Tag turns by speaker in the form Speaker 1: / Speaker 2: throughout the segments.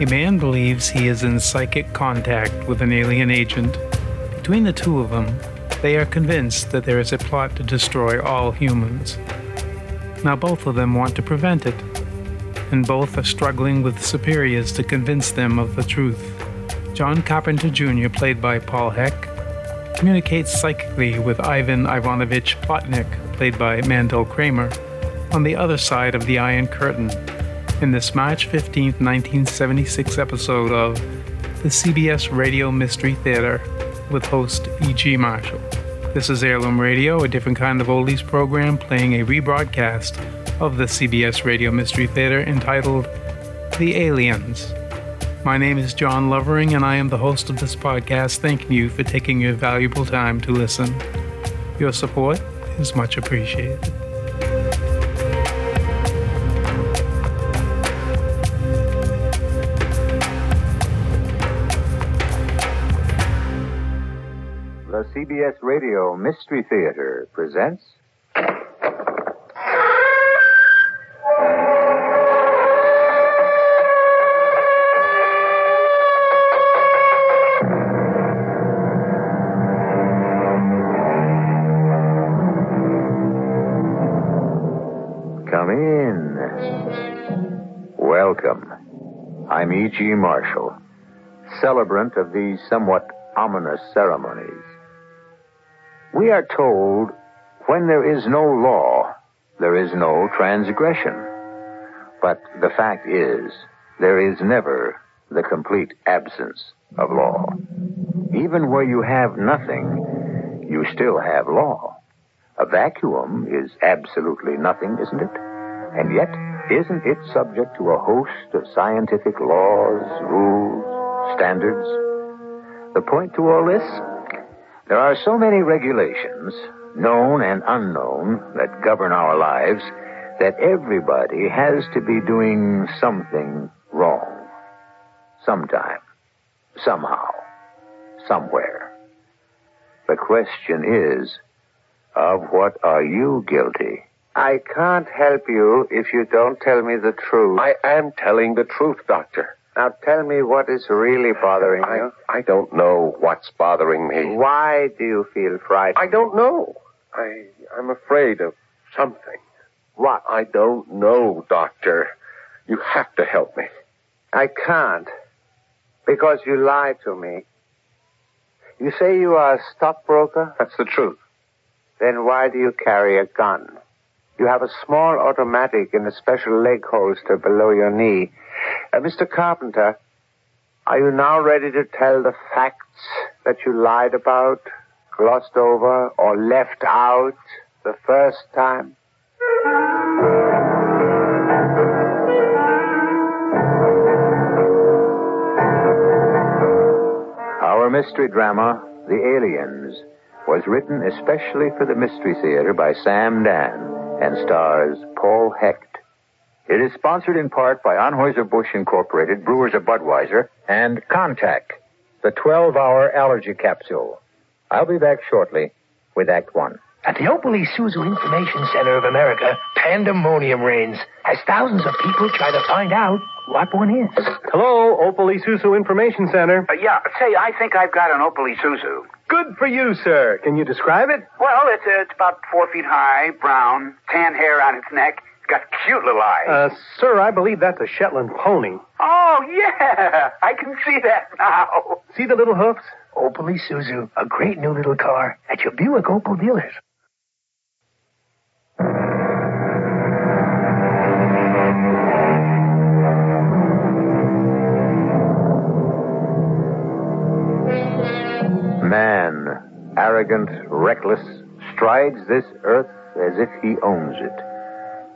Speaker 1: A man believes he is in psychic contact with an alien agent. Between the two of them, they are convinced that there is a plot to destroy all humans. Now, both of them want to prevent it, and both are struggling with superiors to convince them of the truth. John Carpenter Jr., played by Paul Heck, communicates psychically with Ivan Ivanovich Plotnik, played by Mandel Kramer, on the other side of the Iron Curtain in this March 15, 1976 episode of the CBS Radio Mystery Theater with host E.G. Marshall. This is Heirloom Radio, a different kind of oldies program playing a rebroadcast of the CBS Radio Mystery Theater entitled The Aliens. My name is John Lovering, and I am the host of this podcast, thanking you for taking your valuable time to listen. Your support is much appreciated.
Speaker 2: The CBS Radio Mystery Theater presents. Come in. Welcome. I'm E.G. Marshall, celebrant of these somewhat ominous ceremonies. We are told when there is no law, there is no transgression. But the fact is, there is never the complete absence of law. Even where you have nothing, you still have law. A vacuum is absolutely nothing, isn't it? And yet, isn't it subject to a host of scientific laws, rules, standards? The point to all this? There are so many regulations, known and unknown, that govern our lives that everybody has to be doing something wrong. Sometime. Somehow. Somewhere. The question is, of what are you guilty? I can't help you if you don't tell me the truth.
Speaker 3: I am telling the truth, Doctor.
Speaker 2: Now tell me what is really bothering
Speaker 3: I, I don't know what's bothering me.
Speaker 2: Why do you feel frightened?
Speaker 3: I don't know. I, I'm afraid of something.
Speaker 2: What?
Speaker 3: I don't know, Doctor. You have to help me.
Speaker 2: I can't. Because you lied to me. You say you are a stockbroker?
Speaker 3: That's the truth.
Speaker 2: Then why do you carry a gun? You have a small automatic in a special leg holster below your knee. Uh, Mr. Carpenter, are you now ready to tell the facts that you lied about, glossed over, or left out the first time? Our mystery drama, The Aliens, was written especially for the Mystery Theater by Sam Dan and stars Paul Hecht. It is sponsored in part by Anheuser-Busch Incorporated, Brewers of Budweiser, and Contact, the 12-hour allergy capsule. I'll be back shortly with Act One.
Speaker 4: At the Opal Isuzu Information Center of America, pandemonium reigns as thousands of people try to find out what one is.
Speaker 5: Hello, Opal Isuzu Information Center.
Speaker 6: Uh, yeah, say, I think I've got an Opel Isuzu.
Speaker 5: Good for you, sir. Can you describe it?
Speaker 6: Well, it's, uh, it's about four feet high, brown, tan hair on its neck. It's got cute little eyes.
Speaker 5: Uh, sir, I believe that's a Shetland pony.
Speaker 6: oh, yeah, I can see that now.
Speaker 5: See the little hoofs?
Speaker 4: Opal Isuzu, a great new little car at your Buick Opal dealers.
Speaker 2: Man, arrogant, reckless, strides this earth as if he owns it,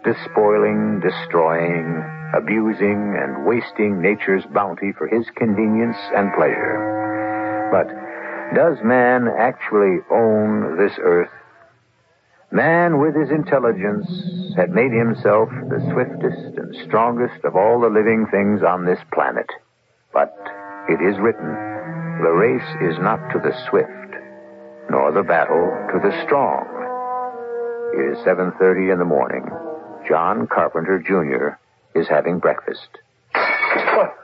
Speaker 2: despoiling, destroying, abusing, and wasting nature's bounty for his convenience and pleasure. But does man actually own this earth? Man, with his intelligence, had made himself the swiftest and strongest of all the living things on this planet. But it is written, the race is not to the swift, nor the battle to the strong. It is 7.30 in the morning. John Carpenter, Jr. is having breakfast.
Speaker 3: What,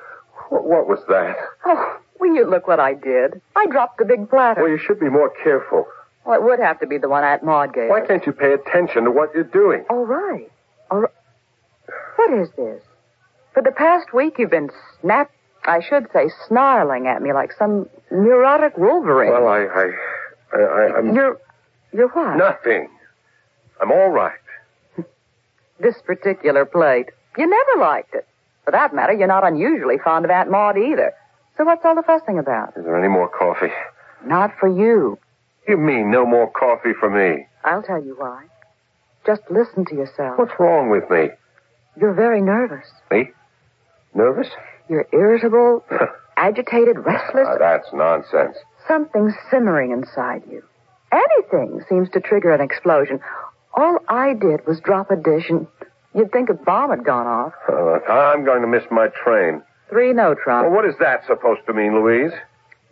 Speaker 3: What, what was that?
Speaker 7: Oh, will you look what I did? I dropped the big platter.
Speaker 3: Well, you should be more careful.
Speaker 7: Well, it would have to be the one Aunt Maud gave.
Speaker 3: Why
Speaker 7: us.
Speaker 3: can't you pay attention to what you're doing?
Speaker 7: All right. All right. What is this? For the past week, you've been snap, I should say, snarling at me like some neurotic wolverine.
Speaker 3: Well, I, I, I, I I'm
Speaker 7: You're, you're what?
Speaker 3: nothing. I'm all right.
Speaker 7: This particular plate. You never liked it. For that matter, you're not unusually fond of Aunt Maud either. So what's all the fussing about?
Speaker 3: Is there any more coffee?
Speaker 7: Not for you.
Speaker 3: You mean no more coffee for me?
Speaker 7: I'll tell you why. Just listen to yourself.
Speaker 3: What's wrong with me?
Speaker 7: You're very nervous.
Speaker 3: Nervous?
Speaker 7: You're irritable, agitated, restless.
Speaker 3: Ah, that's nonsense.
Speaker 7: Something simmering inside you. Anything seems to trigger an explosion. All I did was drop a dish, and you'd think a bomb had gone off.
Speaker 3: Uh, look, I'm going to miss my train.
Speaker 7: Three no, Trump.
Speaker 3: Well, what is that supposed to mean, Louise?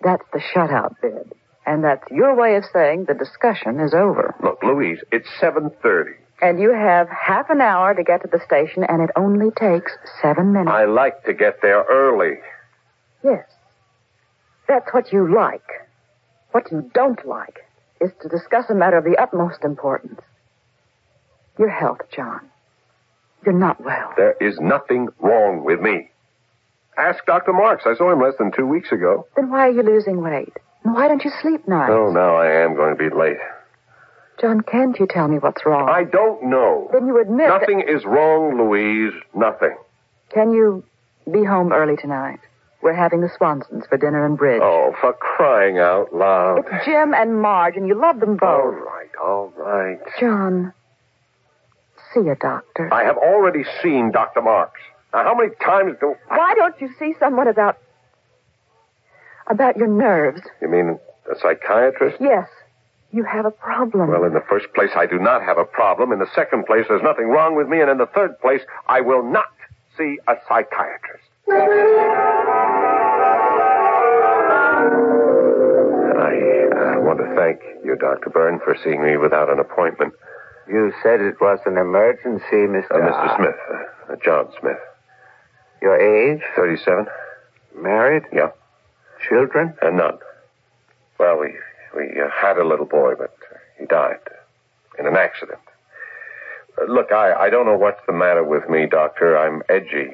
Speaker 7: That's the shutout bid. And that's your way of saying the discussion is over.
Speaker 3: Look, Louise, it's 7.30.
Speaker 7: And you have half an hour to get to the station, and it only takes seven minutes.
Speaker 3: I like to get there early.
Speaker 7: Yes. That's what you like. What you don't like is to discuss a matter of the utmost importance. Your health, John. You're not well.
Speaker 3: There is nothing wrong with me. Ask Dr. Marks. I saw him less than two weeks ago.
Speaker 7: Then why are you losing weight? And why don't you sleep nights?
Speaker 3: Oh, now I am going to be late.
Speaker 7: John, can't you tell me what's wrong?
Speaker 3: I don't know.
Speaker 7: Then you admit that-
Speaker 3: Nothing is wrong, Louise. Nothing.
Speaker 7: Can you be home early tonight? We're having the Swansons for dinner and bridge.
Speaker 3: Oh, for crying out loud.
Speaker 7: It's Jim and Marge, and you love them
Speaker 3: All
Speaker 7: both.
Speaker 3: right, all right.
Speaker 7: John, see a doctor.
Speaker 3: I have already seen Dr. Marks. Now, how many times do...
Speaker 7: Why don't you see someone about about your nerves?
Speaker 3: You mean a psychiatrist?
Speaker 7: Yes, you have a problem.
Speaker 3: Well, in the first place, I do not have a problem. In the second place, there's nothing wrong with me. And in the third place, I will not see a psychiatrist. I uh, want to thank you, Dr. Byrne, for seeing me without an appointment.
Speaker 2: You said it was an emergency, Mr.
Speaker 3: Uh, Mr.
Speaker 2: Ah.
Speaker 3: Smith, uh, uh, John Smith,
Speaker 2: Your age?
Speaker 3: 37,
Speaker 2: Married?
Speaker 3: Yeah.
Speaker 2: Children?
Speaker 3: and none. Uh, Well, we, we uh, had a little boy, but uh, he died in an accident. Uh, look, I, I don't know what's the matter with me, Doctor. I'm edgy,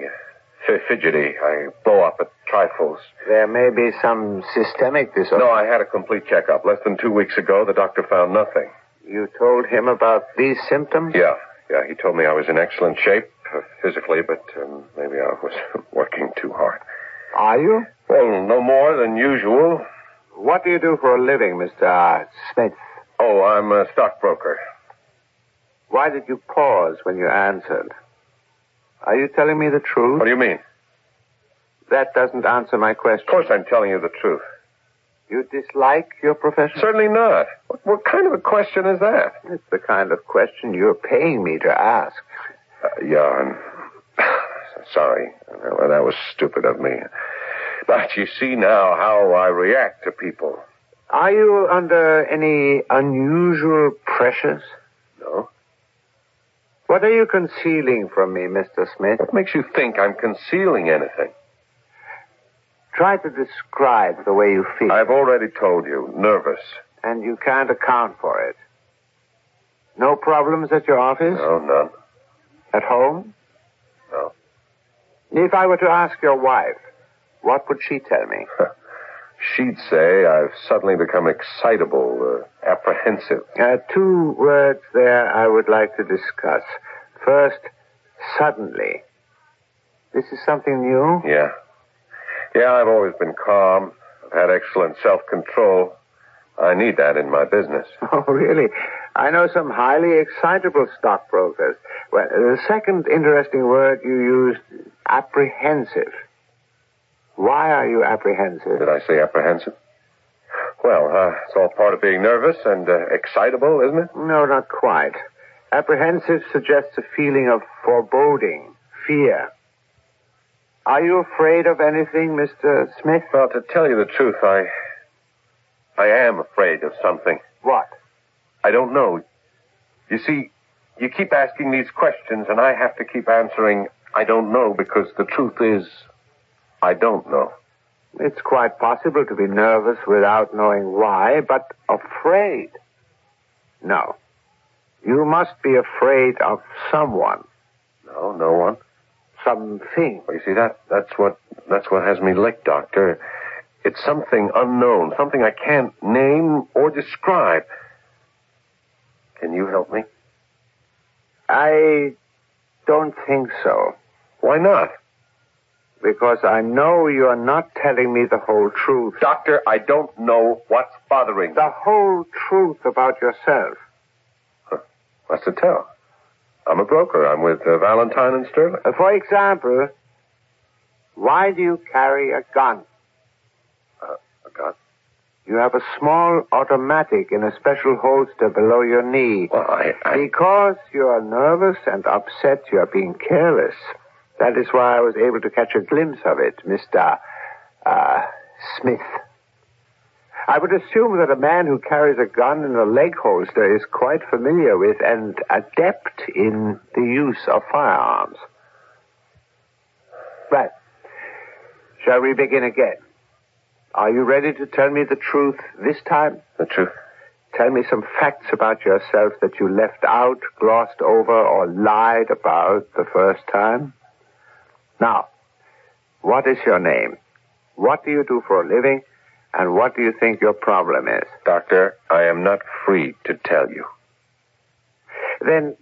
Speaker 3: f- fidgety. I blow up at trifles.
Speaker 2: There may be some systemic disorder.
Speaker 3: No, I had a complete checkup. Less than two weeks ago, the doctor found nothing.
Speaker 2: You told him about these symptoms?
Speaker 3: Yeah, yeah. He told me I was in excellent shape uh, physically, but um, maybe I was working too hard.
Speaker 2: Are you?
Speaker 3: Well, no more than usual.
Speaker 2: What do you do for a living, Mr. Ah, Smith?
Speaker 3: Oh, I'm a stockbroker.
Speaker 2: Why did you pause when you answered? Are you telling me the truth?
Speaker 3: What do you mean?
Speaker 2: That doesn't answer my question.
Speaker 3: Of course, I'm telling you the truth.
Speaker 2: You dislike your profession?
Speaker 3: Certainly not. What, what kind of a question is that?
Speaker 2: It's the kind of question you're paying me to ask.
Speaker 3: Uh, yeah, I'm sorry. Well, that was stupid of me. But you see now how I react to people.
Speaker 2: Are you under any unusual pressures?
Speaker 3: No.
Speaker 2: What are you concealing from me, Mr. Smith?
Speaker 3: What makes you think I'm concealing anything?
Speaker 2: Try to describe the way you feel,
Speaker 3: I've already told you, nervous.
Speaker 2: and you can't account for it. No problems at your office?
Speaker 3: No, none.
Speaker 2: At home?
Speaker 3: No.
Speaker 2: If I were to ask your wife, what would she tell me?
Speaker 3: She'd say I've suddenly become excitable, uh, apprehensive.
Speaker 2: Uh, two words there I would like to discuss. First, suddenly. This is something new?
Speaker 3: Yeah. Yeah, I've always been calm. I've had excellent self-control. I need that in my business.
Speaker 2: Oh, really? I know some highly excitable stockbrokers. Well, the second interesting word you used, apprehensive. Why are you apprehensive?
Speaker 3: Did I say apprehensive? Well, uh, it's all part of being nervous and uh, excitable, isn't it?
Speaker 2: No, not quite. Apprehensive suggests a feeling of foreboding, fear. Are you afraid of anything, Mr. Smith?
Speaker 3: Well, to tell you the truth, I. I am afraid of something.
Speaker 2: What?
Speaker 3: I don't know. You see, you keep asking these questions, and I have to keep answering, I don't know, because the truth is, I don't know.
Speaker 2: It's quite possible to be nervous without knowing why, but afraid. No. You must be afraid of someone,
Speaker 3: No, no one.
Speaker 2: something.
Speaker 3: Well, you see, that that's what that's what has me licked, Doctor. It's something unknown, something I can't name or describe. Can you help me?
Speaker 2: I don't think so,
Speaker 3: Why not?
Speaker 2: because I know you're not telling me the whole truth.
Speaker 3: Doctor, I don't know what's bothering me.
Speaker 2: The whole truth about yourself.
Speaker 3: What's to tell? I'm a broker. I'm with uh, Valentine and Sterling.
Speaker 2: Uh, For example, why do you carry a gun?
Speaker 3: A gun?
Speaker 2: You have a small automatic in a special holster below your knee.
Speaker 3: Well, I, I
Speaker 2: Because you are nervous and upset, you are being careless. That is why I was able to catch a glimpse of it, Mr. Uh, Smith. I would assume that a man who carries a gun in a leg holster is quite familiar with and adept in the use of firearms. Right. Shall we begin again? Are you ready to tell me the truth this time?
Speaker 3: the truth.
Speaker 2: Tell me some facts about yourself that you left out, glossed over, or lied about the first time. Now, what is your name? What do you do for a living? And what do you think your problem is?
Speaker 3: Doctor, I am not free to tell you.
Speaker 2: Then,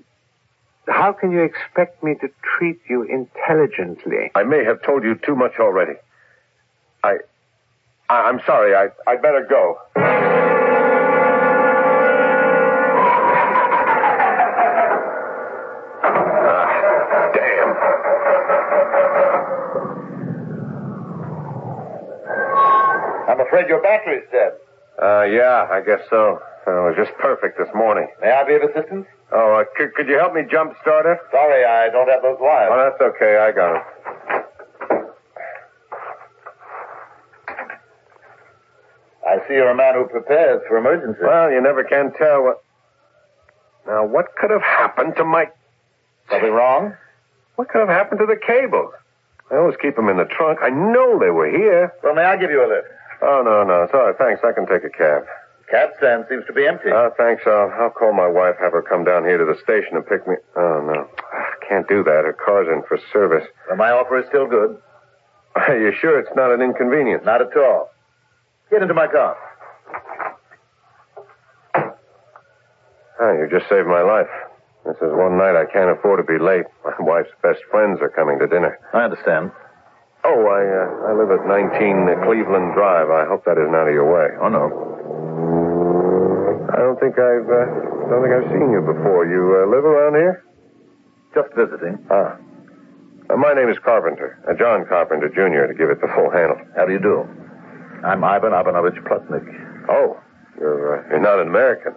Speaker 2: how can you expect me to treat you intelligently?
Speaker 3: I may have told you too much already. I, I I'm sorry. I I'd better go. Ah, damn.
Speaker 2: I'm afraid your battery's dead.
Speaker 3: Uh, yeah, I guess so. Uh, It was just perfect this morning.
Speaker 2: May I be of assistance?
Speaker 3: Oh, uh, could, could you help me jump start it?
Speaker 2: Sorry, I don't have those wires.
Speaker 3: Oh, that's okay. I got it.
Speaker 2: I see you're a man who prepares for emergencies.
Speaker 3: Well, you never can tell what. Now, what could have happened to my.
Speaker 2: Something wrong?
Speaker 3: What could have happened to the cables? I always keep them in the trunk. I know they were here.
Speaker 2: Well, may I give you a lift?
Speaker 3: Oh, no, no. It's all right. Thanks. I can take a cab.
Speaker 2: Cab stand seems to be empty.
Speaker 3: Oh, thanks. I'll, I'll call my wife, have her come down here to the station and pick me. Oh, no. I can't do that. Her car's in for service.
Speaker 2: Well, my offer is still good.
Speaker 3: Are you sure it's not an inconvenience?
Speaker 2: Not at all. Get into my car.
Speaker 3: Oh, you just saved my life. This is one night I can't afford to be late. My wife's best friends are coming to dinner.
Speaker 2: I understand.
Speaker 3: Oh, I uh, I live at 19 Cleveland Drive. I hope that isn't out of your way.
Speaker 2: Oh, no.
Speaker 3: I don't think I've uh, don't think I've seen you before. You uh, live around here?
Speaker 2: Just visiting.
Speaker 3: Ah. Uh, my name is Carpenter, uh, John Carpenter Jr. To give it the full handle.
Speaker 2: How do you do? I'm Ivan Ivanovich Plutnik.
Speaker 3: Oh, you're uh, you're not an American.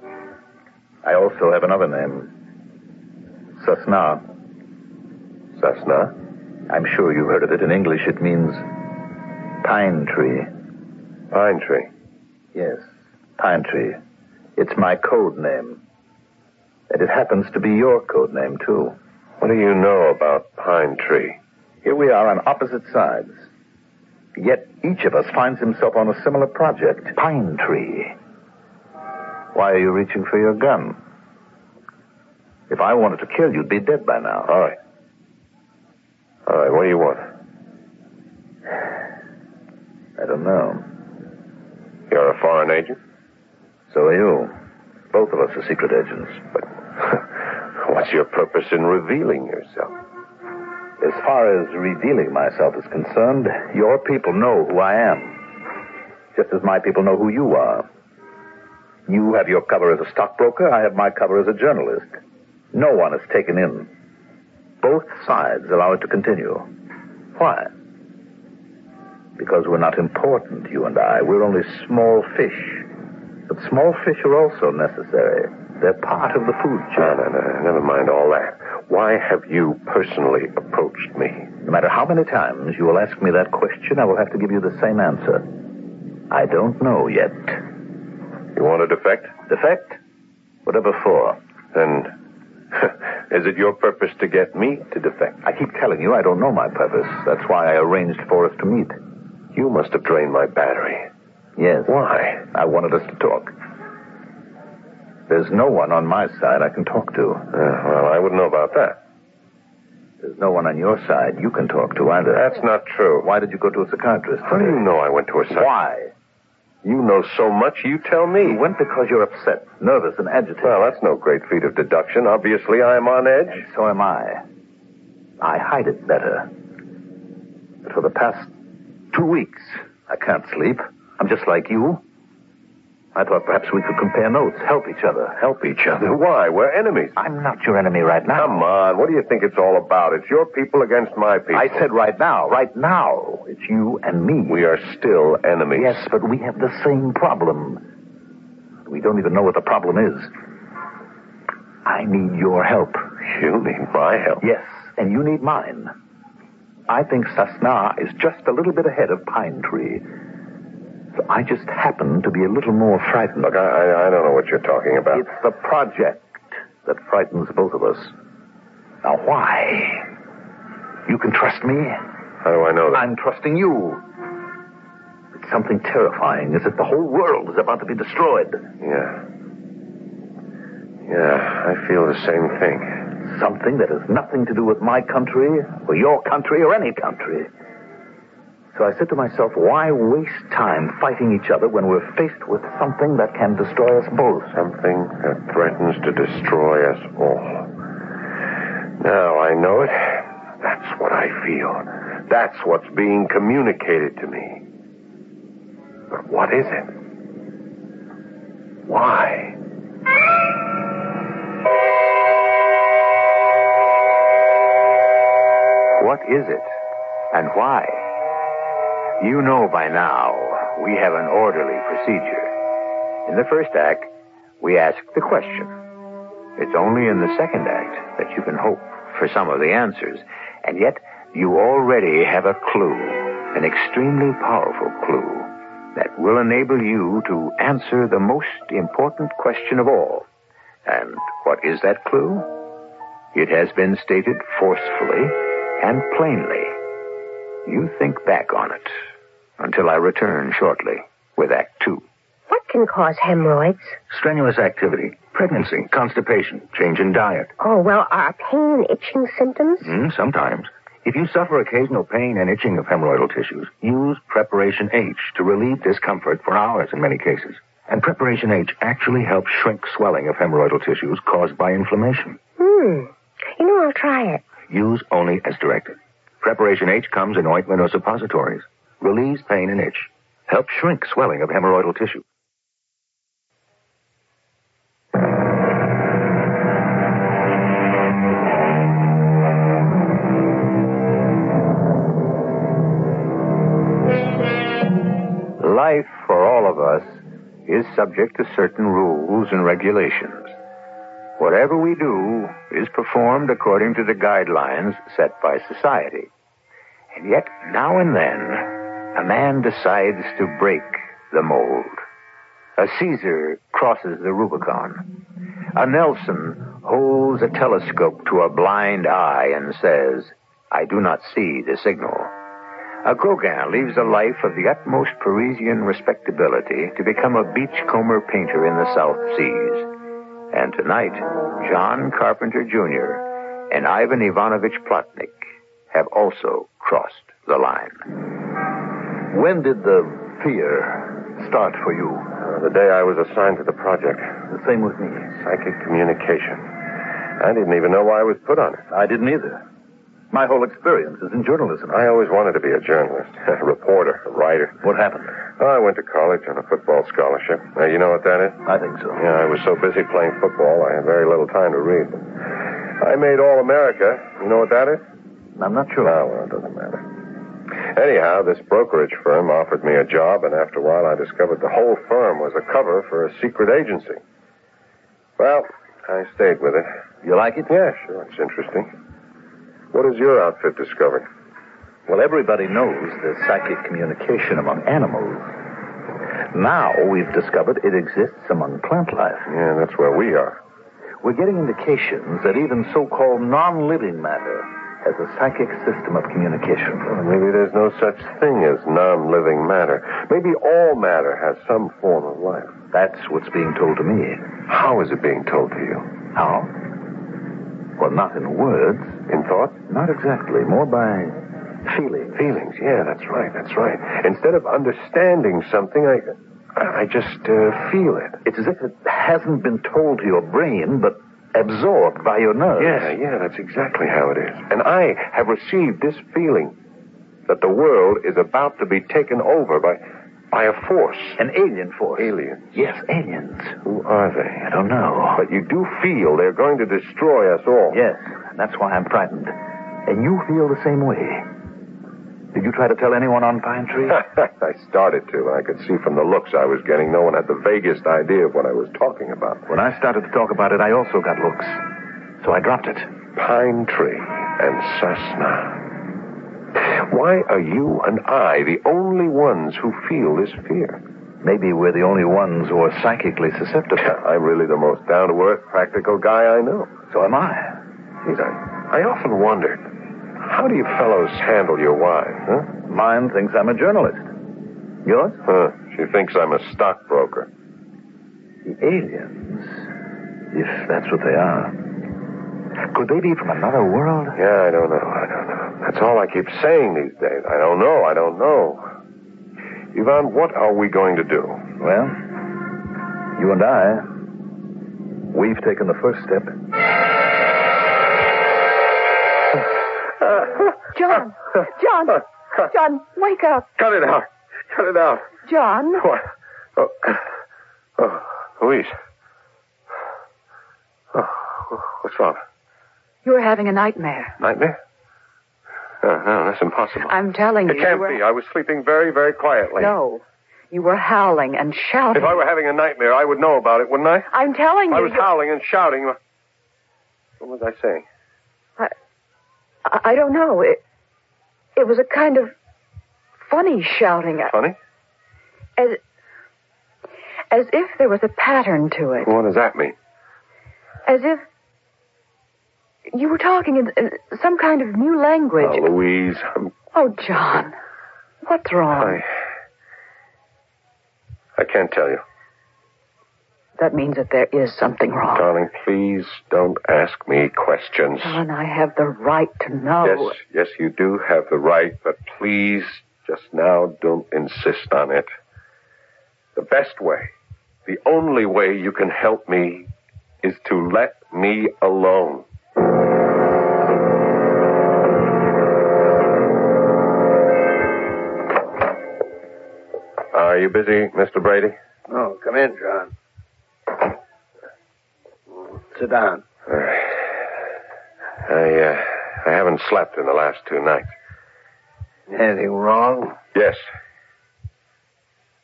Speaker 2: I also have another name. Sasna.
Speaker 3: Cessna.
Speaker 2: I'm sure you've heard of it. In English, it means pine tree.
Speaker 3: Pine tree.
Speaker 2: Yes, pine tree. It's my code name. And it happens to be your code name, too.
Speaker 3: What do you know about pine tree?
Speaker 2: Here we are on opposite sides. Yet each of us finds himself on a similar project Pine Tree. Why are you reaching for your gun? If I wanted to kill you, you'd be dead by now.
Speaker 3: All right. All right. What do you want?
Speaker 2: I don't know.
Speaker 3: You're a foreign agent.
Speaker 2: So are you. Both of us are secret agents. But
Speaker 3: What's your purpose in revealing yourself?
Speaker 2: as far as revealing myself is concerned, your people know who I am. Just as my people know who you are. You have your cover as a stockbroker, I have my cover as a journalist. No one is taken in. Both sides allow it to continue. Why? Because we're not important, you and I. We're only small fish. But small fish are also necessary. They're part of the food
Speaker 3: No,
Speaker 2: chain.
Speaker 3: no, no. Never mind all that. Why have you personally approached me?
Speaker 2: No matter how many times you will ask me that question, I will have to give you the same answer. I don't know yet.
Speaker 3: You want to defect?
Speaker 2: Defect? Whatever for.
Speaker 3: Then Is it your purpose to get me to defect?
Speaker 2: I keep telling you I don't know my purpose. That's why I arranged for us to meet.
Speaker 3: You must have drained my battery.
Speaker 2: Yes.
Speaker 3: Why?
Speaker 2: I wanted us to talk. There's no one on my side I can talk
Speaker 3: Uh,
Speaker 2: to.
Speaker 3: well, I wouldn't know about that.
Speaker 2: There's no one on your side you can talk to either.
Speaker 3: That's not true.
Speaker 2: Why did you go to a psychiatrist?
Speaker 3: How do you know I went to a psych?
Speaker 2: Why?
Speaker 3: You know so much, you tell
Speaker 2: You
Speaker 3: me.
Speaker 2: went because you're upset, nervous, and agitated.
Speaker 3: Well, that's no great feat of deduction. Obviously, I'm on edge.
Speaker 2: And so am I. I hide it better. But for the past two weeks, I can't sleep. I'm just like you. I thought perhaps we could compare notes, help each other. Help each other?
Speaker 3: Why? We're enemies.
Speaker 2: I'm not your enemy right now.
Speaker 3: Come on. What do you think it's all about? It's your people against my people.
Speaker 2: I said right now, right now. It's you and me.
Speaker 3: we are still enemies.
Speaker 2: Yes, but we have the same problem. We don't even know what the problem is. I need your help.
Speaker 3: You need my help.
Speaker 2: Yes, and you need mine. I think Sasna is just a little bit ahead of Pine Tree. So I just happen to be a little more frightened.
Speaker 3: Look, I, I, I don't know what you're talking about.
Speaker 2: It's the project that frightens both of us. Now, why? You can trust me.
Speaker 3: How do I know that?
Speaker 2: I'm trusting you. It's something terrifying, is that the whole world is about to be destroyed.
Speaker 3: Yeah. Yeah, I feel the same thing.
Speaker 2: Something that has nothing to do with my country or your country or any country. So I said to myself, why waste time fighting each other when we're faced with something that can destroy us both?
Speaker 3: Something that threatens to destroy us all. Now I know it. That's what I feel. That's what's being communicated to me. But what is it? Why?
Speaker 2: What is it? And why? You know by now we have an orderly procedure. In the first act, we ask the question. It's only in the second act that you can hope for some of the answers. And yet, you already have a clue, an extremely powerful clue, that will enable you to answer the most important question of all. And what is that clue? It has been stated forcefully and plainly. You think back on it until I return shortly with Act Two.
Speaker 8: What can cause hemorrhoids?
Speaker 2: Strenuous activity, pregnancy, constipation, change in diet. Hmm,
Speaker 8: Oh, well, are pain and itching symptoms?
Speaker 2: sometimes. If you suffer occasional pain and itching of hemorrhoidal tissues, use Preparation H to relieve discomfort for hours in many cases. And Preparation H actually helps shrink swelling of hemorrhoidal tissues caused by inflammation.
Speaker 8: Hmm. You know, I'll try it.
Speaker 2: Use only as directed. Preparation H comes in ointment or suppositories. Relieves pain and itch. Helps shrink swelling of hemorrhoidal tissue. Life for all of us is subject to certain rules and regulations. Whatever we do is performed according to the guidelines set by society. And yet, now and then, a man decides to break the mold. A Caesar crosses the Rubicon. A Nelson holds a telescope to a blind eye and says, I do not see the signal. A Gauguin leaves a life of the utmost Parisian respectability to become a beachcomber painter in the South Seas. And tonight, John Carpenter Jr. and Ivan Ivanovich Plotnik have also crossed the line. When did the fear start for you?
Speaker 3: Uh, the day I was assigned to the project,
Speaker 2: The same with me.
Speaker 3: psychic communication. I didn't even know why I was put on it.
Speaker 2: I didn't either. My whole experience is in journalism.
Speaker 3: I always wanted to be a journalist, a reporter, a writer.
Speaker 2: What happened?
Speaker 3: I went to college on a football scholarship. Now, you know what that is?
Speaker 2: I think so.
Speaker 3: Yeah, I was so busy playing football, I had very little time to read. I made All America. You know what that is?
Speaker 2: I'm not sure.
Speaker 3: No, well, it doesn't matter. Anyhow, this brokerage firm offered me a job, and after a while, I discovered the whole firm was a cover for a secret agency. Well, I stayed with it.
Speaker 2: You like it?
Speaker 3: Yeah, sure, it's interesting. What has your outfit discovered?
Speaker 2: Well, everybody knows there's psychic communication among animals. Now we've discovered it exists among plant life.
Speaker 3: Yeah, that's where we are.
Speaker 2: We're getting indications that even so called non living matter has a psychic system of communication.
Speaker 3: Well, maybe there's no such thing as non living matter. Maybe all matter has some form of life.
Speaker 2: That's what's being told to me.
Speaker 3: How is it being told to you?
Speaker 2: How? Well, not in words.
Speaker 3: In thought?
Speaker 2: Not exactly. More by feeling.
Speaker 3: Feelings. Yeah, that's right. That's right. Instead of understanding something, I. I just uh, feel it.
Speaker 2: It's as if it hasn't been told to your brain, but absorbed by your nerves.
Speaker 3: Yeah, yeah, that's exactly how it is. And I have received this feeling that the world is about to be taken over by by a force.
Speaker 2: An alien force.
Speaker 3: Aliens.
Speaker 2: Yes, aliens.
Speaker 3: Who are they?
Speaker 2: I don't know.
Speaker 3: But you do feel they're going to destroy us all.
Speaker 2: Yes, that's why I'm frightened. And you feel the same way. Did you try to tell anyone on Pine Tree?
Speaker 3: I started to, and I could see from the looks I was getting, no one had the vaguest idea of what I was talking about.
Speaker 2: when I started to talk about it, I also got looks. So I dropped it.
Speaker 3: Pine Tree and Cessna. Why are you and I the only ones who feel this fear?
Speaker 2: Maybe we're the only ones who are psychically susceptible.
Speaker 3: I'm really the most down to earth, practical guy I know.
Speaker 2: so am I.
Speaker 3: Geez, I, I often wondered how do you fellows handle your wives, huh?
Speaker 2: Mine thinks I'm a journalist. Yours?
Speaker 3: Huh, she thinks I'm a stockbroker.
Speaker 2: The aliens. If that's what they are. Could they be from another world?
Speaker 3: Yeah, I don't know. I don't know. That's all I keep saying these days. I don't know. I don't know. Yvonne, what are we going to do?
Speaker 2: Well, you and I, we've taken the first step.
Speaker 3: uh,
Speaker 7: John! John! John, wake up!
Speaker 3: Cut it out. Cut it out.
Speaker 7: John!
Speaker 3: What? Oh, oh Louise. Oh, what's wrong?
Speaker 7: You're having a nightmare.
Speaker 3: Nightmare? No, no, that's impossible.
Speaker 7: I'm telling you.
Speaker 3: it
Speaker 7: you
Speaker 3: can't
Speaker 7: were-
Speaker 3: be. I was sleeping very, very quietly.
Speaker 7: No. You were howling and shouting.
Speaker 3: If I were having a nightmare, I would know about it, wouldn't I?
Speaker 7: I'm telling you.
Speaker 3: I was
Speaker 7: you-
Speaker 3: howling and shouting. What was I saying?
Speaker 7: I, I don't know. It, it was a kind of funny shouting,
Speaker 3: Funny?
Speaker 7: as, as if there was a pattern to it.
Speaker 3: What does that mean?
Speaker 7: As if you were talking in, in some kind of new language.
Speaker 3: Oh, Louise, I'm
Speaker 7: Oh, John, what's
Speaker 3: I.
Speaker 7: wrong?
Speaker 3: I can't tell you.
Speaker 7: That means that there is something wrong.
Speaker 3: Darling, please don't ask me questions.
Speaker 7: John, I have the right to know.
Speaker 3: Yes, yes, you do have the right, but please, just now, don't insist on it. The best way, the only way you can help me is to let me alone. Are you busy, Mr. Brady?
Speaker 5: Oh, come in, John. Sit down.
Speaker 3: I, uh, I haven't slept in the last two nights.
Speaker 5: Anything wrong?
Speaker 3: Yes.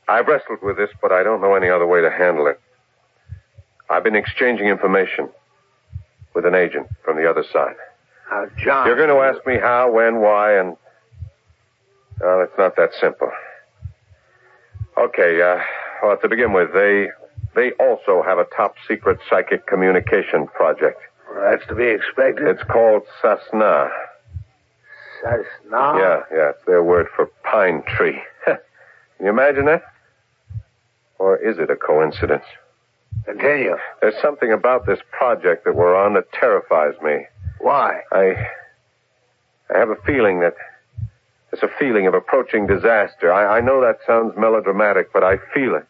Speaker 3: I've wrestled with this, but I don't know any other way to handle it. I've been exchanging information with an agent from the other side.
Speaker 5: Now, John.
Speaker 3: You're going to ask me how, when, why, and. Well, it's not that simple. Okay, uh, well, to begin with, they. They also have a top secret psychic communication project.
Speaker 5: Well, that's to be expected.
Speaker 3: It's called Sasna.
Speaker 5: That's not.
Speaker 3: Yeah, yeah, it's their word for pine tree. Can you imagine that? Or is it a coincidence?
Speaker 5: Continue.
Speaker 3: There's something about this project that we're on that terrifies me.
Speaker 5: Why?
Speaker 3: I I have a feeling that it's a feeling of approaching disaster. I, I know that sounds melodramatic, but I feel it.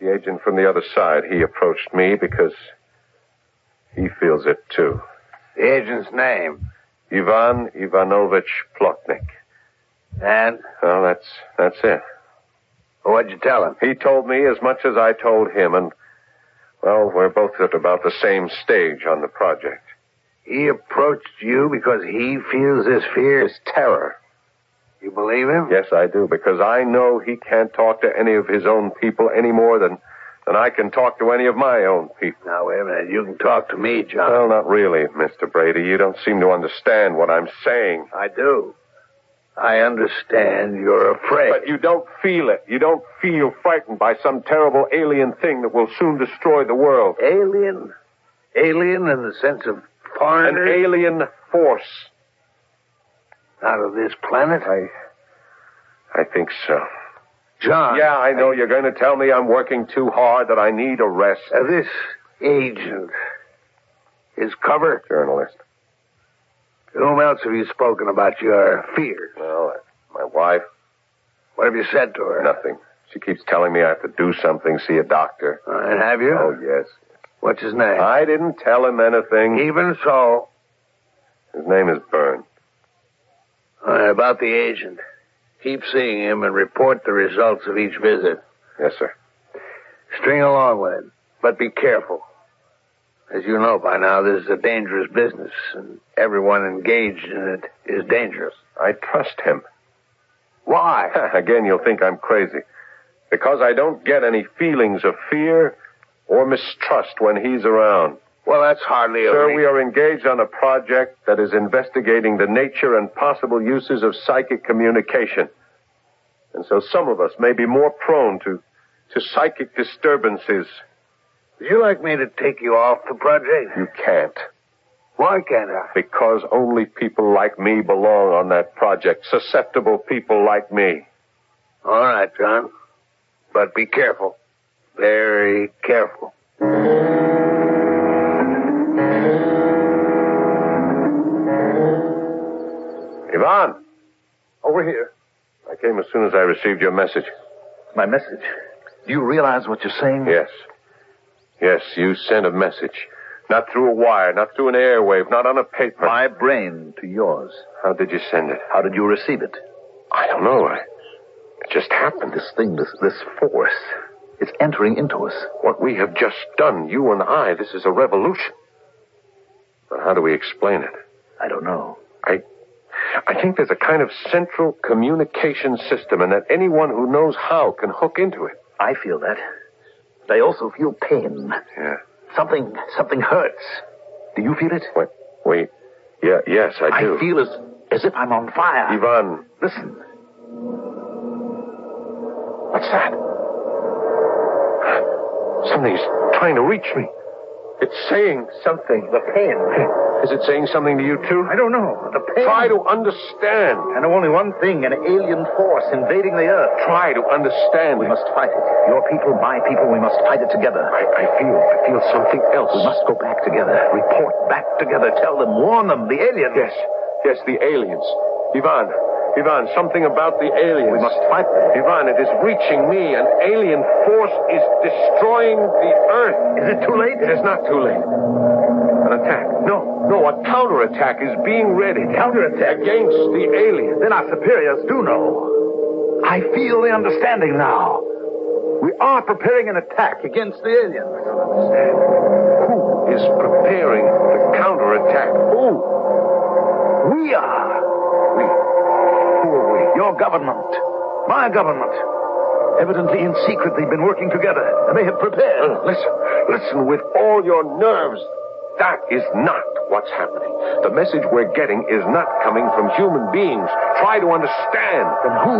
Speaker 3: The agent from the other side, he approached me because he feels it too.
Speaker 5: The agent's name.
Speaker 3: Ivan Ivanovich Plotnik.
Speaker 5: And
Speaker 3: Well, that's that's it.
Speaker 5: what'd you tell him?
Speaker 3: He told me as much as I told him, and, well, we're both at about the same stage on the project.
Speaker 5: He approached you because he feels this fear, this terror. You believe him?
Speaker 3: Yes, I do, because I know he can't talk to any of his own people any more than, than I can talk to any of my own people.
Speaker 5: Now, wait a minute. You can talk to me, John.
Speaker 3: Well, not really, Mr. Brady. You don't seem to understand what I'm saying.
Speaker 5: I do. I understand you're afraid.
Speaker 3: But you don't feel it. You don't feel frightened by some terrible alien thing that will soon destroy the world.
Speaker 5: Alien? Alien in the sense of
Speaker 3: An
Speaker 5: foreigner?
Speaker 3: alien force.
Speaker 5: Out of this planet?
Speaker 3: I. I think so.
Speaker 5: John.
Speaker 3: Yeah, I know you're going to tell me I'm working too hard, that I need a rest.
Speaker 5: uh, this agent. His cover?
Speaker 3: Journalist.
Speaker 5: To whom else have you spoken about your fears?
Speaker 3: Well, uh, my wife,
Speaker 5: What have you said to her?
Speaker 3: nothing. She keeps telling me I have to do something, see a doctor.
Speaker 5: All right, Uh, have you?
Speaker 3: Oh, yes.
Speaker 5: What's his name?
Speaker 9: Uh,
Speaker 3: I didn't tell him anything.
Speaker 5: Even so,
Speaker 3: His name is Byrne.
Speaker 5: all right, uh, about the agent. Keep seeing him and report the results of each visit.
Speaker 3: Yes, sir.
Speaker 5: String along with him, but be careful. As you know by now, this is a dangerous business, and everyone engaged in it is dangerous.
Speaker 3: I trust him.
Speaker 5: Why?
Speaker 3: Again, you'll think I'm crazy. Because I don't get any feelings of fear or mistrust when he's around.
Speaker 5: Well, that's hardly a
Speaker 3: Sir,
Speaker 5: re-
Speaker 3: we are engaged on a project that is investigating the nature and possible uses of psychic communication. And so some of us may be more prone to, to psychic disturbances.
Speaker 5: Would you like me to take you off the project?
Speaker 3: You can't.
Speaker 5: Why can't I?
Speaker 3: Because only people like me belong on that project. Susceptible people like me.
Speaker 5: All right, John. But be careful. Very careful.
Speaker 3: Ivan!
Speaker 9: Over here.
Speaker 3: I came as soon as I received your message.
Speaker 9: My message. Do you realize what you're saying?
Speaker 3: Yes. Yes, you sent a message. Not through a wire, not through an airwave, not on a paper.
Speaker 9: My brain to yours.
Speaker 3: How did you send it?
Speaker 9: How did you receive it?
Speaker 3: I don't know. I, it just happened.
Speaker 9: This thing, this, this force, it's entering into us.
Speaker 3: What we have just done, you and I, this is a revolution. But how do we explain it?
Speaker 9: I don't know.
Speaker 3: I think there's a kind of central communication system, and that anyone who knows how can hook into it.
Speaker 9: I feel that. But I also feel pain.
Speaker 3: Yeah.
Speaker 9: Something, something hurts. Do you feel it?
Speaker 3: What? Wait. Yeah, yes, I do. uh,
Speaker 9: feel as, as if I'm on fire.
Speaker 3: Ivan,
Speaker 9: Listen.
Speaker 3: what's that? Something's trying to reach me. It's saying something.
Speaker 9: The pain.
Speaker 3: Is it saying something to you, too?
Speaker 9: I don't know. The pain.
Speaker 3: Try to understand.
Speaker 9: I know only one thing an alien force invading the earth.
Speaker 3: Try to understand.
Speaker 9: We must fight it. Your people, my people, we must fight it together.
Speaker 3: I, I feel, I feel something else.
Speaker 9: We must go back together. Report back together. Tell them, warn them, the alien.
Speaker 3: Yes, yes, the aliens. Ivan, Ivan, something about the aliens.
Speaker 9: We must fight them.
Speaker 3: Ivan, it is reaching me. An alien force is destroying the Earth.
Speaker 9: Is it too late?
Speaker 3: It is not too late. An attack. No, no, a counterattack is being ready.
Speaker 9: Counterattack?
Speaker 3: Against the aliens.
Speaker 9: Then our superiors do know. I feel the understanding now. We are preparing an attack against the aliens.
Speaker 3: Who is preparing the counterattack? Who?
Speaker 9: We are. We. Who are we? Your government. My government. Evidently in secret, they've been working together, and they have prepared.
Speaker 3: Uh, Listen, listen with all your nerves. That is not what's happening. The message we're getting is not coming from human beings. Try to understand.
Speaker 9: Then who?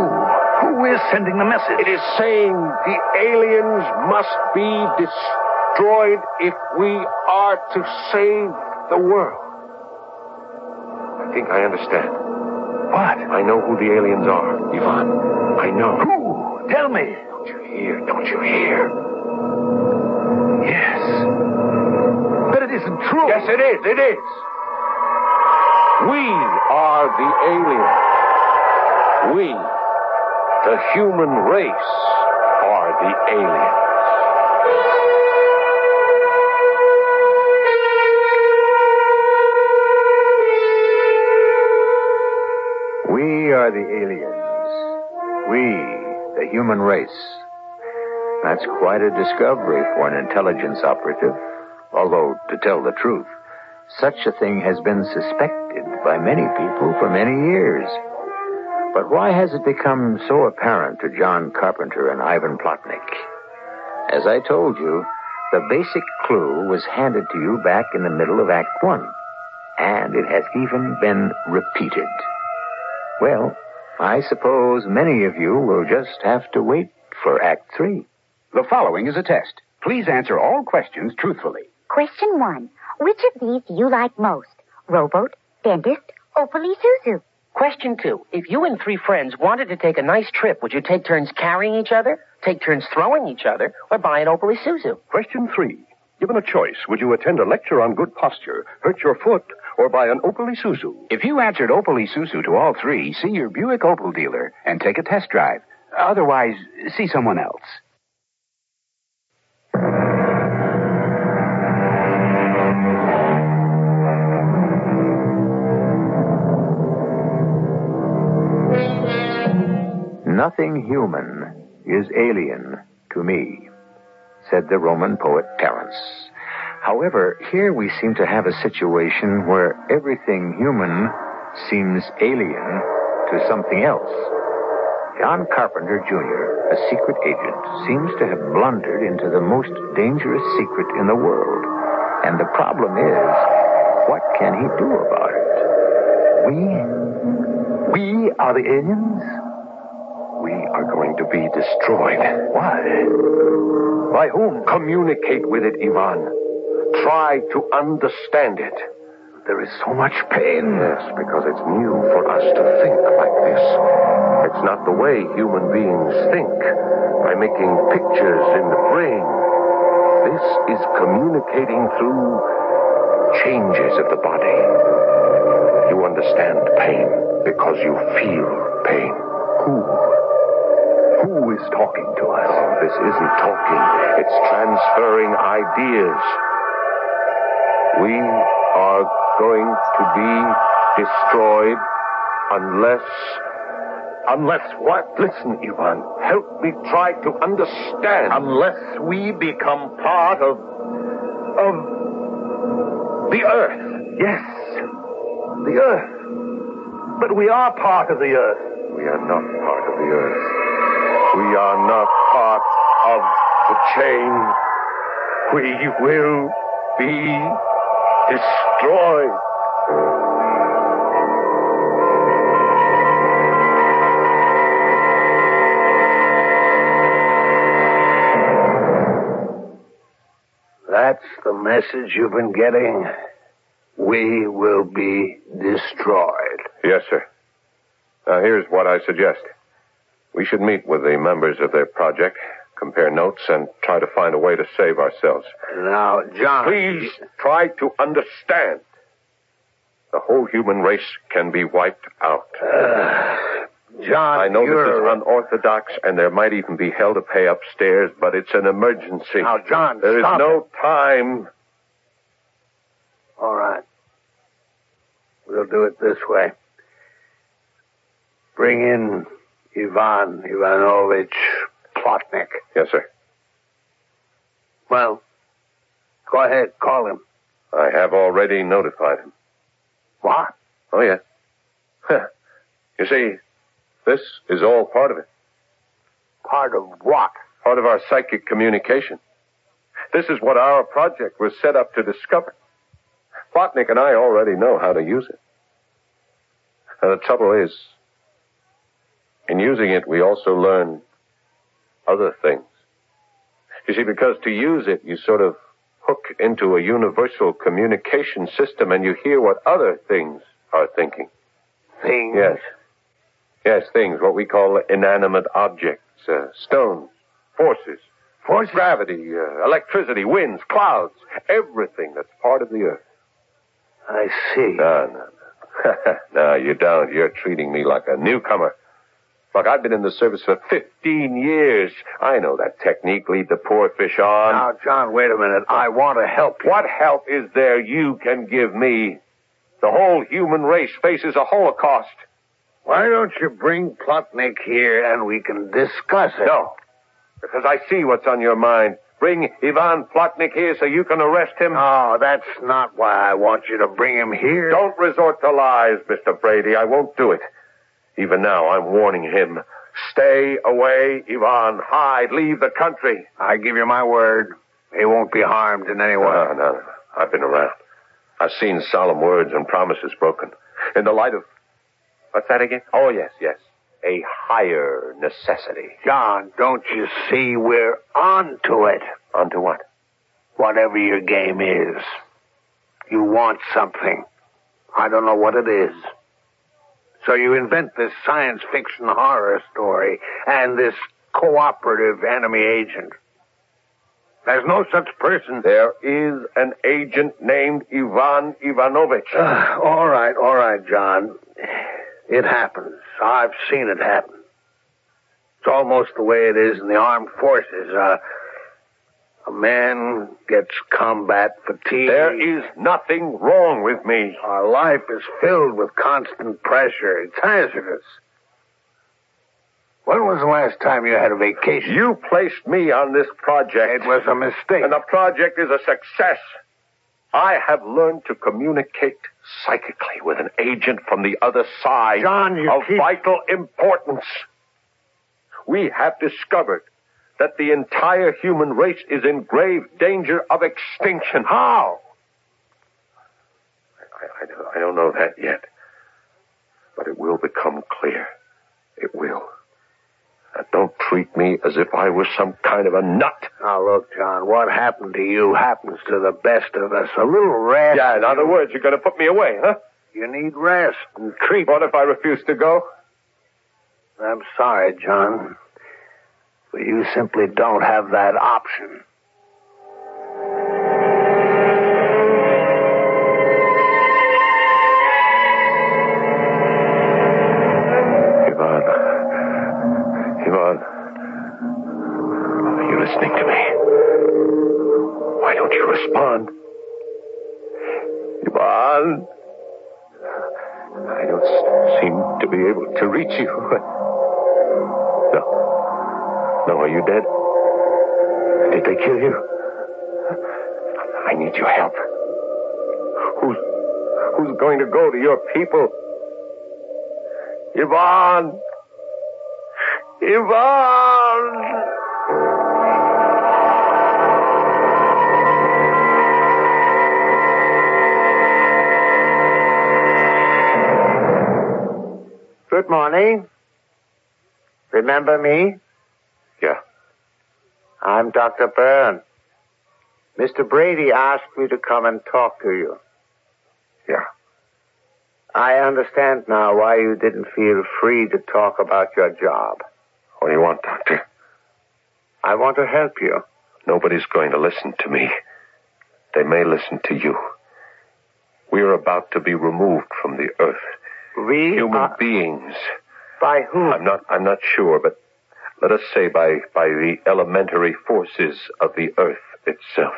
Speaker 9: Who is sending the message?
Speaker 3: It is saying the aliens must be destroyed if we are to save the world. I think I understand.
Speaker 9: What?
Speaker 3: I know who the aliens are, Ivan. I know.
Speaker 9: Who? Tell me.
Speaker 3: Don't you hear? Don't you hear?
Speaker 9: Yes. But it isn't true.
Speaker 3: Yes, it is. It is. We are the aliens. We, the human race, are the aliens.
Speaker 2: We are the aliens. We, the human race. That's quite a discovery for an intelligence operative. Although, to tell the truth, such a thing has been suspected by many people for many years. But why has it become so apparent to John Carpenter and Ivan Plotnik? As I told you, the basic clue was handed to you back in the middle of Act One, and it has even been repeated. Well, I suppose many of you will just have to wait for Act Three.
Speaker 6: The following is a test. Please answer all questions truthfully.
Speaker 8: Question one
Speaker 10: Which of these do you like most? Rowboat, dentist, or police Suzu?
Speaker 11: Question two. If you and three friends wanted to take a nice trip, would you take turns carrying each other, take turns throwing each other, or buy an Opal Isuzu?
Speaker 12: Question three. Given a choice, would you attend a lecture on good posture, hurt your foot, or buy an Opel Isuzu?
Speaker 13: If you answered Opel Isuzu to all three, see your Buick Opel dealer and take a test drive. Otherwise, see someone else.
Speaker 2: Nothing human is alien to me, said the Roman poet Terence. However, here we seem to have a situation where everything human seems alien to something else. John Carpenter, Jr., a secret agent, seems to have blundered into the most dangerous secret in the world. And the problem is, what can he do about it? We? We are the aliens?
Speaker 3: We are going to be destroyed.
Speaker 9: Why?
Speaker 3: By whom? Communicate with it, Ivan. Try to understand it.
Speaker 9: There is so much pain.
Speaker 3: Yes, because it's new for us to think like this. It's not the way human beings think by making pictures in the brain. This is communicating through changes of the body. You understand pain because you feel pain.
Speaker 9: Who? Who is talking to us?
Speaker 3: This isn't talking, it's transferring ideas. We are going to be destroyed unless. Unless what? Listen, Ivan. Help me try to understand. Unless we become part of. of. the earth.
Speaker 9: Yes, the earth. But we are part of the earth.
Speaker 3: We are not part of the earth. We are not part of the chain. We will be destroyed.
Speaker 5: That's the message you've been getting. We will be destroyed.
Speaker 3: Yes, sir. Now, here's what I suggest. We should meet with the members of their project, compare notes, and try to find a way to save ourselves.
Speaker 5: Now, John.
Speaker 3: Please try to understand. The whole human race can be wiped out.
Speaker 5: John,
Speaker 3: I know this
Speaker 5: you're-
Speaker 3: is unorthodox, and there might even be hell to pay upstairs, but it's an emergency.
Speaker 5: Now, John,
Speaker 3: There is
Speaker 5: stop
Speaker 3: no time.
Speaker 5: All right. We'll do it this way. Bring in Ivan Ivanovich Plotnik.
Speaker 3: Yes, sir.
Speaker 5: Well, go ahead, call him.
Speaker 3: I have already notified him.
Speaker 5: What?
Speaker 3: Oh, yeah. Huh. You see, this is all part of it.
Speaker 5: Part of what?
Speaker 3: Part of our psychic communication. This is what our project was set up to discover. Plotnik and I already know how to use it. And the trouble is, in using it, we also learn other things. You see, because to use it, you sort of hook into a universal communication system and you hear what other things are thinking.
Speaker 5: Things?
Speaker 3: Yes. Yes, things, what we call inanimate objects, uh, stones, forces, force, gravity, uh, electricity, winds, clouds, everything that's part of the earth.
Speaker 5: I see.
Speaker 3: No, no, no. no, you don't. You're treating me like a newcomer. Look, I've been in the service for 15 years. I know that technique. Lead the poor fish on.
Speaker 5: Now, John, wait a minute. I want to help you.
Speaker 3: What help is there you can give me? The whole human race faces a holocaust.
Speaker 5: Why don't you bring Plotnik here and we can discuss it?
Speaker 3: No. Because I see what's on your mind. Bring Ivan Plotnik here so you can arrest him.
Speaker 5: No, that's not why I want you to bring him here.
Speaker 3: Don't resort to lies, Mr. Brady. I won't do it. Even now, I'm warning him. Stay away, Ivan. Hide. Leave the country.
Speaker 5: I give you my word. He won't be harmed in any way.
Speaker 3: No, no, no. I've been around. I've seen solemn words and promises broken. In the light of. What's that again? Oh, yes, yes. A higher necessity.
Speaker 5: John, don't you see we're on to it?
Speaker 3: On to what?
Speaker 5: Whatever your game is. You want something. I don't know what it is. So you invent this science fiction horror story and this cooperative enemy agent. There's no such person.
Speaker 3: There is an agent named Ivan Ivanovich.
Speaker 5: Ah, all right, all right, John. It happens. I've seen it happen. It's almost the way it is in the armed forces. Uh, a man gets combat fatigue.
Speaker 3: There is nothing wrong with me.
Speaker 5: Our life is filled with constant pressure. It's hazardous. When was the last time you had a vacation?
Speaker 3: You placed me on this project.
Speaker 5: It was a mistake.
Speaker 3: And the project is a success. I have learned to communicate psychically with an agent from the other side
Speaker 5: John, you
Speaker 3: of
Speaker 5: keep-
Speaker 3: vital importance. We have discovered that the entire human race is in grave danger of extinction.
Speaker 5: How?
Speaker 3: I, I don't- I don't know that yet, but it will become clear. It will. Now, don't treat me as if I was some kind of a nut.
Speaker 5: Now look, John, what happened to you happens to the best of us. A little rest.
Speaker 3: Yeah, in other words, you're going to put me away, huh?
Speaker 5: You need rest and treatment.
Speaker 3: What if I refuse to go?
Speaker 5: I'm sorry, John, but you simply don't have that option.
Speaker 3: Ivan. Ivan. Are you listening to me? Why don't you respond? Ivan. I don't s- seem to be able to reach you. No. No, are you dead? Did they kill you? I need your help. Who's, who's going to go to your people? Ivan! Ivan!
Speaker 5: Good morning. Remember me?
Speaker 3: Yeah.
Speaker 5: I'm Dr. Byrne. Mr. Brady asked me to come and talk to you.
Speaker 3: Yeah.
Speaker 5: I understand now why you didn't feel free to talk about your job.
Speaker 3: What do you want, Doctor?
Speaker 5: I want to help you.
Speaker 3: Nobody's going to listen to me. They may listen to you. We are about to be removed from the earth.
Speaker 5: We
Speaker 3: Human
Speaker 5: are-
Speaker 3: beings.
Speaker 5: by whom?
Speaker 3: I'm not I'm not sure, but let us say by by the elementary forces of the earth itself.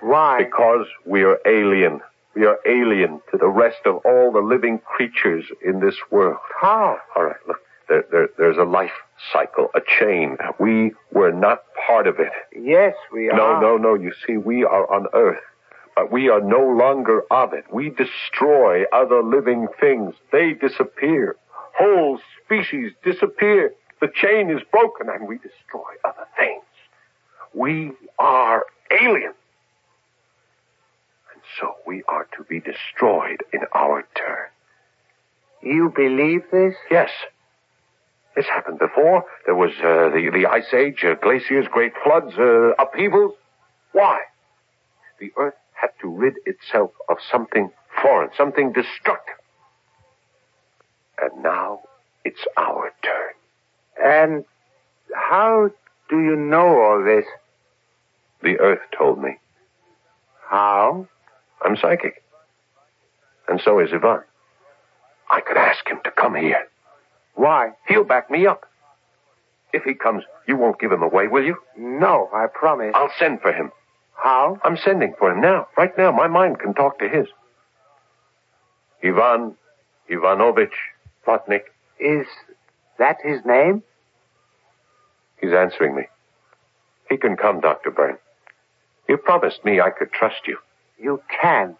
Speaker 5: Why?
Speaker 3: Because we are alien. We are alien to the rest of all the living creatures in this world.
Speaker 5: How?
Speaker 3: All right, look. There, there, there's a life cycle, a chain. We were not part of it.
Speaker 5: Yes, we
Speaker 3: No,
Speaker 5: are.
Speaker 3: no, no. You see, we are on Earth, but we are no longer of it. We destroy other living things. They disappear. Whole species disappear. The chain is broken and we destroy other things. We are alien. And so we are to be destroyed in our turn.
Speaker 5: You believe this?
Speaker 3: Yes. This happened before. There was uh, the, the Ice Age, uh, glaciers, great floods, uh, upheavals. Why? The Earth had to rid itself of something foreign, something destructive. And now it's our turn.
Speaker 5: And how do you know all this?
Speaker 3: The Earth told me.
Speaker 5: How?
Speaker 3: I'm psychic. And so is Ivan. I could ask him to come here.
Speaker 5: Why?
Speaker 3: He'll back me up. If he comes, you won't give him away, will you?
Speaker 5: No, I promise.
Speaker 3: I'll send for him.
Speaker 5: How?
Speaker 3: I'm sending for him now, right now. My mind can talk to his. Ivan Ivanovich Plotnik.
Speaker 5: Is that his name?
Speaker 3: He's answering me. He can come, Dr. Byrne. You promised me I could trust you.
Speaker 5: You can.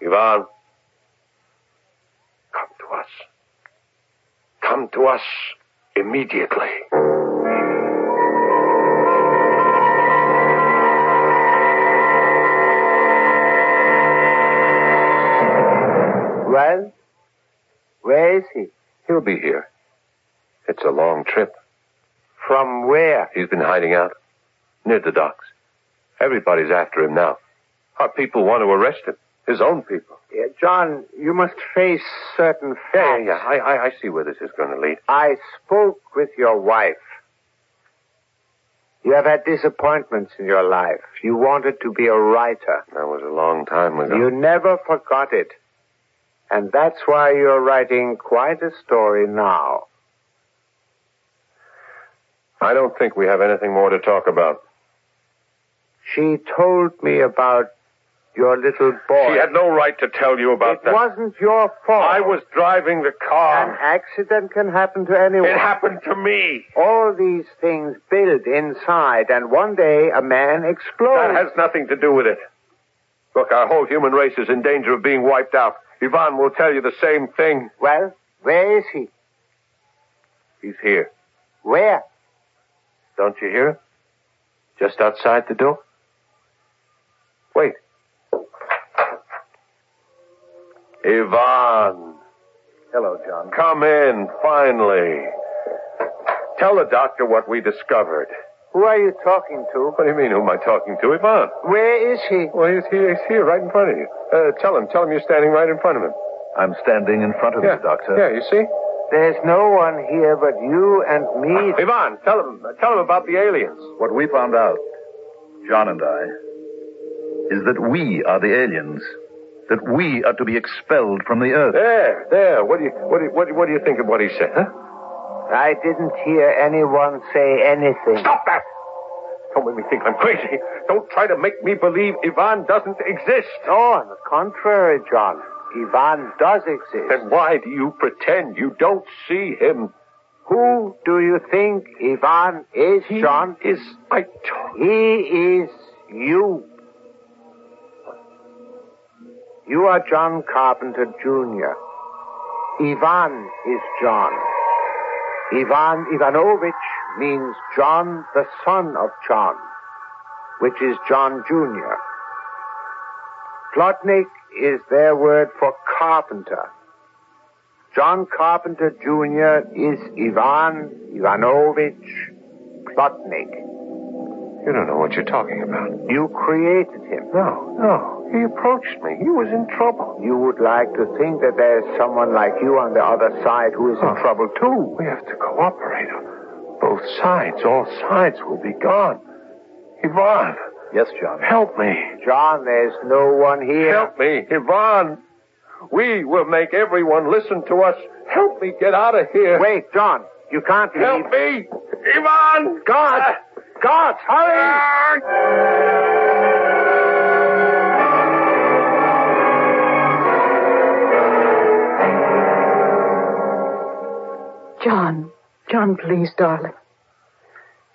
Speaker 3: Ivan, come to us. Come to us immediately.
Speaker 5: Well, where is he?
Speaker 3: He'll be here. It's a long trip.
Speaker 5: From where?
Speaker 3: He's been hiding out near the docks. Everybody's after him now. Our people want to arrest him. His own people.
Speaker 2: Yeah, John, you must face certain
Speaker 3: Yeah,
Speaker 2: facts.
Speaker 3: yeah. I, I, I see where this is going to lead.
Speaker 2: I spoke with your wife. You have had disappointments in your life. You wanted to be a writer.
Speaker 3: That was a long time ago.
Speaker 2: You never forgot it. And that's why you're writing quite a story now.
Speaker 3: I don't think we have anything more to talk about.
Speaker 2: She told me about your little boy.
Speaker 3: She had no right to tell you about
Speaker 2: it
Speaker 3: that.
Speaker 2: wasn't your fault.
Speaker 3: I was driving the car.
Speaker 2: An accident can happen to anyone.
Speaker 3: It happened to me.
Speaker 2: All these things build inside, and one day a man explodes.
Speaker 3: That has nothing to do with it. Oh. Look, our whole human race is in danger of being wiped out. Ivan will tell you the same thing.
Speaker 2: Well, where is he?
Speaker 3: He's here.
Speaker 2: Where?
Speaker 3: Don't you hear him? Just outside the door? Wait. Ivan.
Speaker 2: Hello, John.
Speaker 3: Come in, finally. Tell the doctor what we discovered.
Speaker 2: Who are you talking to?
Speaker 3: What do you mean, who am I talking to? Ivan.
Speaker 2: Where is he?
Speaker 3: Well, he's here, he's here right in front of you. Uh, tell him, tell him you're standing right in front of him.
Speaker 5: I'm standing in front of
Speaker 3: Yeah.
Speaker 5: you, Doctor.
Speaker 3: Yeah, you see?
Speaker 2: There's no one here but you and me.
Speaker 3: Ivan, tell him, tell him about the aliens.
Speaker 5: What we found out, John and I, is that we are the aliens. That we are to be expelled from the earth.
Speaker 3: There, there. What do you, what do you, what do you, what do you think of what he said? Huh?
Speaker 2: I didn't hear anyone say anything.
Speaker 3: Stop that! Don't make me think I'm crazy. Don't try to make me believe Ivan doesn't exist.
Speaker 2: No, on the contrary, John. Ivan does exist.
Speaker 3: Then why do you pretend you don't see him?
Speaker 2: Who do you think Ivan is, John?
Speaker 3: Is I told
Speaker 2: He is you. You are John Carpenter Jr. Ivan is John. Ivan Ivanovich means John, the son of John, which is John Jr. Plotnik is their word for carpenter. John Carpenter Jr. is Ivan Ivanovich Plotnik.
Speaker 3: You don't know what you're talking about.
Speaker 2: You created him.
Speaker 3: No, no. He approached me. He was in trouble.
Speaker 2: You would like to think that there's someone like you on the other side who is in
Speaker 3: Huh.
Speaker 2: trouble too.
Speaker 3: We have to cooperate on both sides. All sides will be gone. Ivan,
Speaker 5: Yes, John.
Speaker 3: help me.
Speaker 2: John, there's no one here.
Speaker 3: Help me, Ivan. We will make everyone listen to us. Help me get out of here.
Speaker 2: Wait, John. You can't
Speaker 3: Help
Speaker 2: leave.
Speaker 3: me, Ivan. Uh,
Speaker 2: God! God, hurry!
Speaker 7: John, John, please, darling.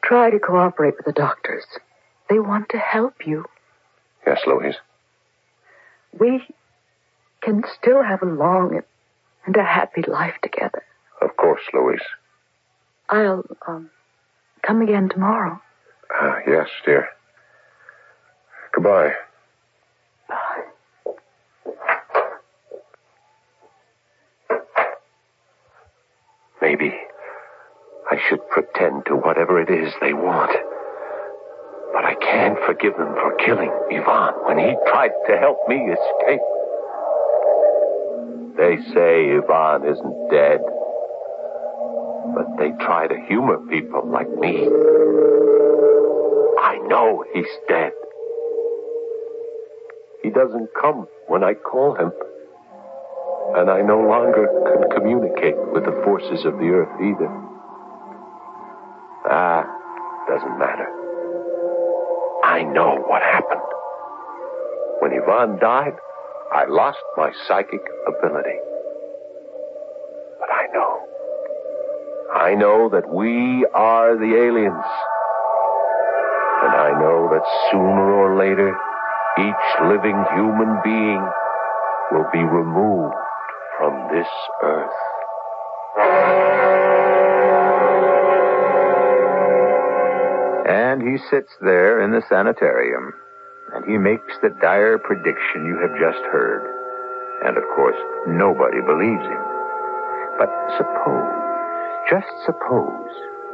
Speaker 7: Try to cooperate with the doctors. They want to help you.
Speaker 3: Yes, Louise.
Speaker 7: We can still have a long and- and a happy life together.
Speaker 3: Of course, Louise.
Speaker 7: I'll um, come again tomorrow.
Speaker 3: Ah, yes, dear. Goodbye. Maybe I should pretend to whatever it is they want. But I can't forgive them for killing Ivan when he tried to help me escape. They say Ivan isn't dead. But they try to humor people like me. I know he's dead. He doesn't come when I call him. And I no longer can communicate with the forces of the earth either. Ah, doesn't matter. I know what happened. When Ivan died, I lost my psychic ability. But I know. I know that we are the aliens. And I know that sooner or later, each living human being will be removed from this earth.
Speaker 14: And he sits there in the sanitarium, and he makes the dire prediction you have just heard. And of course, nobody believes him. But suppose, just suppose,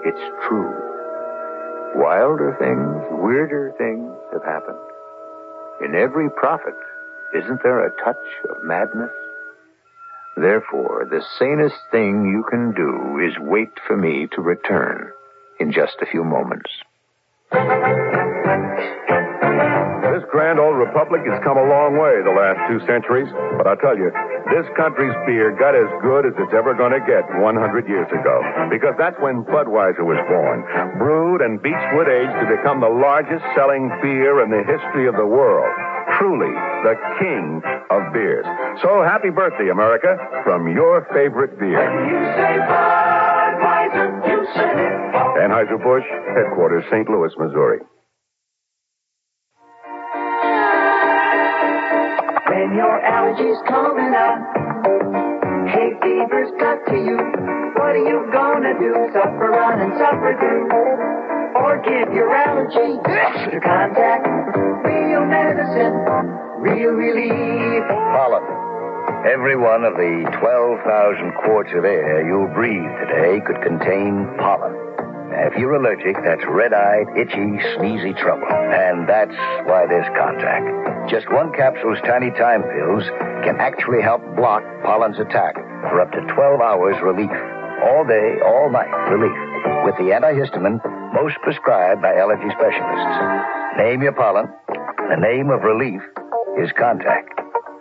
Speaker 14: it's true. Wilder things, weirder things have happened.
Speaker 2: In every prophet, isn't there a touch of madness? Therefore, the sanest thing you can do is wait for me to return in just a few moments.
Speaker 3: This grand old republic has come a long way the last two centuries, but I tell you, this country's beer got as good as it's ever going to get 100 years ago. Because that's when Budweiser was born, brewed and beechwood aged to become the largest selling beer in the history of the world. Truly, the king of beers. So happy birthday, America, from your favorite beer. Anheuser-Busch, headquarters, St. Louis, Missouri.
Speaker 5: When your allergies coming up, hay fever's got to you. What are you gonna do? Suffer on and suffer through, or give your allergy to contact real medicine, real relief.
Speaker 15: Pollen. Every one of the 12,000 quarts of air you'll breathe today could contain pollen. Now, if you're allergic, that's red eyed, itchy, sneezy trouble. And that's why there's contact. Just one capsule's tiny time pills can actually help block pollen's attack for up to 12 hours relief. All day, all night relief. With the antihistamine most prescribed by allergy specialists. Name your pollen. The name of relief is contact.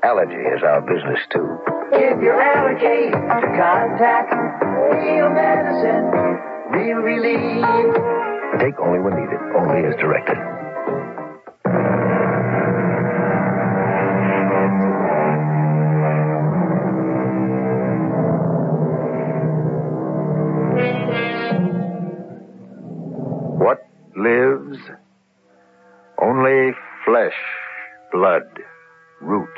Speaker 15: Allergy is our business, too.
Speaker 5: Give your allergy to contact real medicine, real relief.
Speaker 15: Take only when needed, only as directed.
Speaker 2: What lives? Only flesh, blood, root,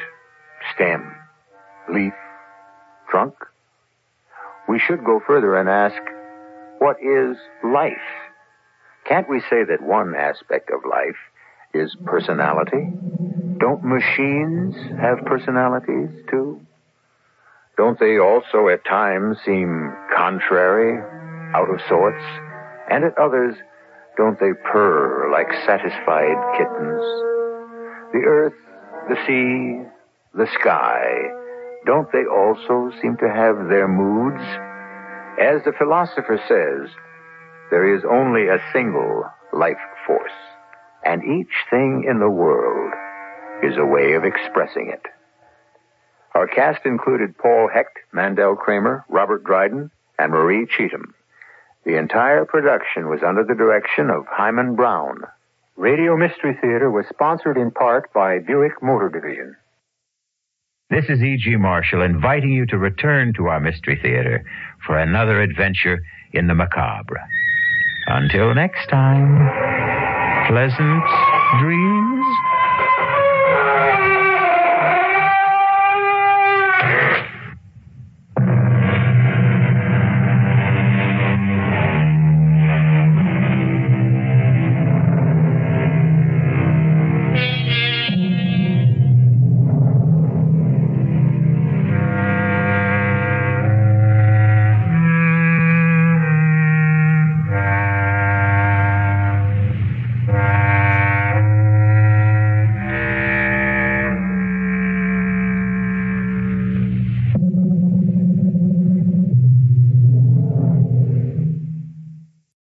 Speaker 2: stem, leaf, trunk. We should go further and ask, what is life? Can't we say that one aspect of life is personality? Don't machines have personalities too? Don't they also at times seem contrary, out of sorts? And at others, don't they purr like satisfied kittens? The earth, the sea, the sky, don't they also seem to have their moods? As the philosopher says, there is only a single life force, and each thing in the world is a way of expressing it. Our cast included Paul Hecht, Mandel Kramer, Robert Dryden, and Marie Cheatham. The entire production was under the direction of Hyman Brown.
Speaker 16: Radio Mystery Theater was sponsored in part by Buick Motor Division.
Speaker 17: This is E.G. Marshall inviting you to return to our Mystery Theater for another adventure in the macabre. Until next time, pleasant dreams.